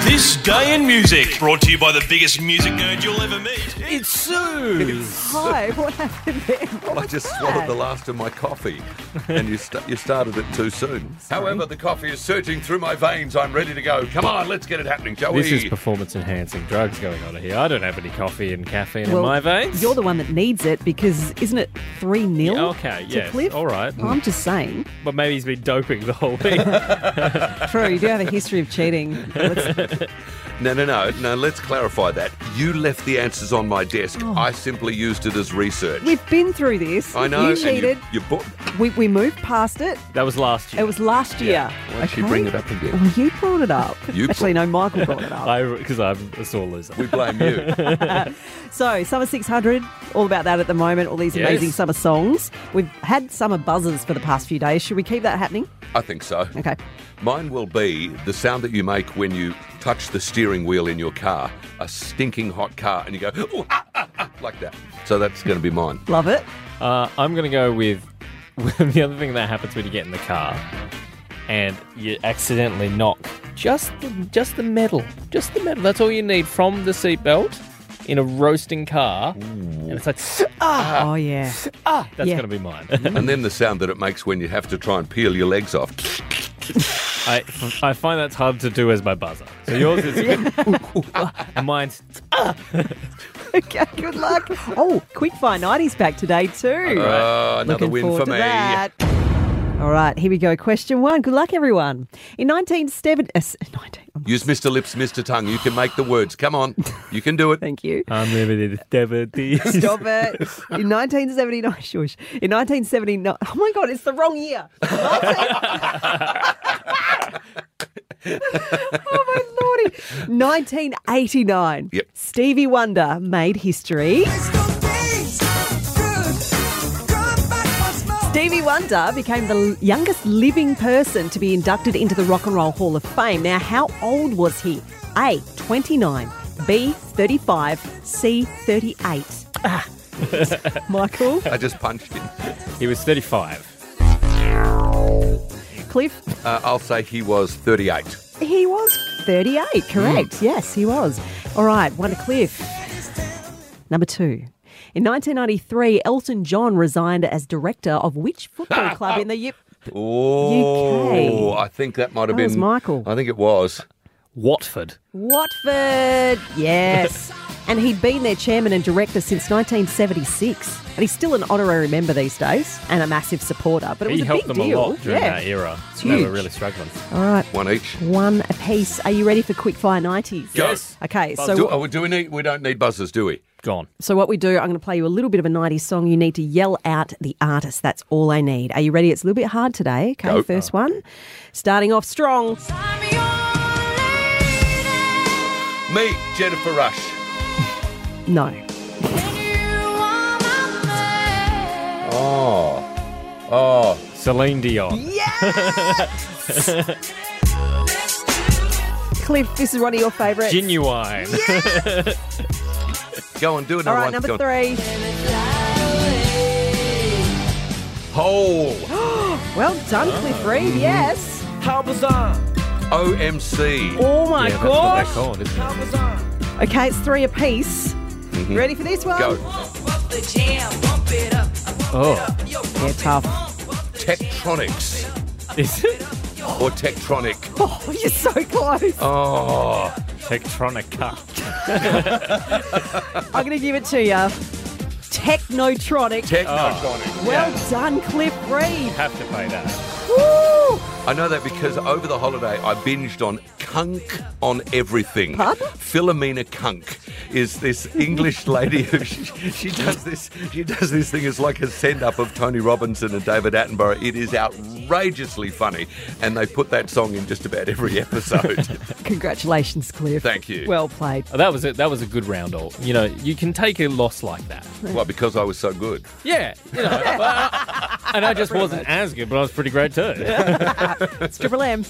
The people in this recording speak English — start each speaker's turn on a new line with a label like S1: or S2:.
S1: This Day in Music, brought to you by the biggest music nerd you'll ever meet.
S2: It's Sue.
S3: Hi, what happened there? What
S4: I
S3: was
S4: just
S3: that?
S4: swallowed the last of my coffee, and you st- you started it too soon. However, the coffee is surging through my veins. I'm ready to go. Come on, let's get it happening, shall
S2: This
S4: we?
S2: is performance enhancing drugs going on here. I don't have any coffee and caffeine
S3: Well,
S2: in my veins.
S3: You're the one that needs it because isn't it 3 0?
S2: Yeah, okay, yes,
S3: Cliff?
S2: all right.
S3: I'm just saying.
S2: But maybe he's been doping the whole week.
S3: True, you do have a history of cheating. Let's-
S4: no, no, no, no. Let's clarify that. You left the answers on my desk. I simply used it as research.
S3: We've been through this.
S4: I know.
S3: You
S4: and
S3: cheated.
S4: You, you bought.
S3: We, we moved past it.
S2: that was last year.
S3: It was last year.
S4: Why'd she bring it up again?
S3: Well, you brought it up.
S4: You
S3: Actually, no, Michael brought it up.
S2: I because I'm a sore loser.
S4: We blame you.
S3: So, Summer 600, all about that at the moment, all these
S2: Yes.
S3: amazing summer songs. We've had summer buzzers for the past few days. Should we keep that happening?
S4: I think so.
S3: Okay.
S4: Mine will be the sound that you make when you touch the steering wheel in your car, a stinking hot car, and you go, "Ooh, ah, ah, ah," like that. So that's going to be mine.
S3: Love it.
S2: Uh, I'm gonna go with, with the other thing that happens when you get in the car and you accidentally knock just the, just the metal, just the metal. That's all you need from the seatbelt in a roasting car, and it's like ah,
S4: Uh,
S3: oh, yeah.
S2: ah. That's
S3: Yeah.
S2: gonna be mine.
S4: And then the sound that it makes when you have to try and peel your legs off.
S2: I I find that's hard to do as my buzzer. So yours is ooh, ooh, ah, and mine's
S3: Okay, good luck. Oh, Quickfire 90s back today, too.
S4: Uh, another
S3: Looking
S4: win
S3: forward
S4: for
S3: to
S4: me.
S3: that. All right, here we go. Question one. Good luck, everyone. In 1970. Uh, 19, oh,
S4: Use Mr. Lips, Mr. Tongue. You can make the words. Come on. You can do it.
S3: thank you.
S2: unlimited liberty.
S3: Stop it. In 1979, shush. In 1979, oh my God, it's the wrong year. oh my lordy. 1989.
S4: Yep.
S3: Stevie Wonder made history. Stevie Wonder became the youngest living person to be inducted into the Rock and Roll Hall of Fame. Now, how old was he? A. 29, B. 35, C. 38. Ah. Michael,
S4: I just punched him.
S2: He was 35.
S3: Cliff,
S4: Uh, I'll say he was 38.
S3: he was 38, correct. Yes, he was. All right, one to Cliff. Number two. In 1993, Elton John resigned as director of which football club in the U-
S4: Oh, I think that might have
S3: That
S4: been
S3: was Michael.
S4: I think it was.
S2: Watford.
S3: Watford, yes. and he'd been their chairman and director since 1976. And he's still an honorary member these days and a massive supporter. But it was
S2: He
S3: a
S2: helped
S3: big
S2: them
S3: deal.
S2: a lot during
S3: yeah.
S2: that era.
S3: It's
S2: They
S3: huge.
S2: were really struggling.
S3: All right,
S4: One each.
S3: one apiece. Are you ready for quickfire 90s?
S4: Go.
S3: Okay, so
S4: Do, oh, do we need? We don't need buzzers, do we?
S2: Gone.
S3: so what we do, I'm going to play you a little bit of a 90s song. You need to yell out the artist. That's all I need. Are you ready? It's a little bit hard today. Okay,
S4: Go.
S3: first one. Starting off strong.
S4: Me, Jennifer Rush.
S3: No.
S4: Oh, oh,
S2: Celine Dion.
S3: Cliff, this is one of your favourites.
S2: Genuine.
S4: go on, do another
S3: all right,
S4: one.
S3: number
S4: Go on.
S3: three.
S4: Hole.
S3: Well done, Cliff Reed.
S2: Mm.
S3: Yes.
S4: OMC.
S3: Oh my
S2: Yeah, that's what
S3: gosh.
S2: they're called, isn't it?
S3: Okay, it's three apiece. Ready for this one?
S4: Go.
S2: Oh,
S3: Yeah, tough.
S4: Tektronics
S2: is it
S4: or Tektronic.
S3: Oh, you're so close.
S4: Oh,
S2: Tektronica?
S3: I'm going to give it to you. Technotronic.
S4: Technotronic.
S3: well done, Cliff Reed.
S2: Have to pay that.
S3: Woo!
S4: I know that because over the holiday I binged on Kunk on everything.
S3: Pardon?
S4: Philomena Kunk is this English lady who she, she does this she does this thing. It's like a send up of Tony Robinson and David Attenborough. It is outrageously funny, and they put that song in just about every episode.
S3: Congratulations, Cliff.
S4: Thank you.
S3: Well played.
S2: Oh, that was it. That was a good round all. You know, you can take a loss like that.
S4: well, because I was so good.
S2: Yeah, you know. uh, but I- and I just wasn't as good, but I was pretty great too.
S3: It's Triple M.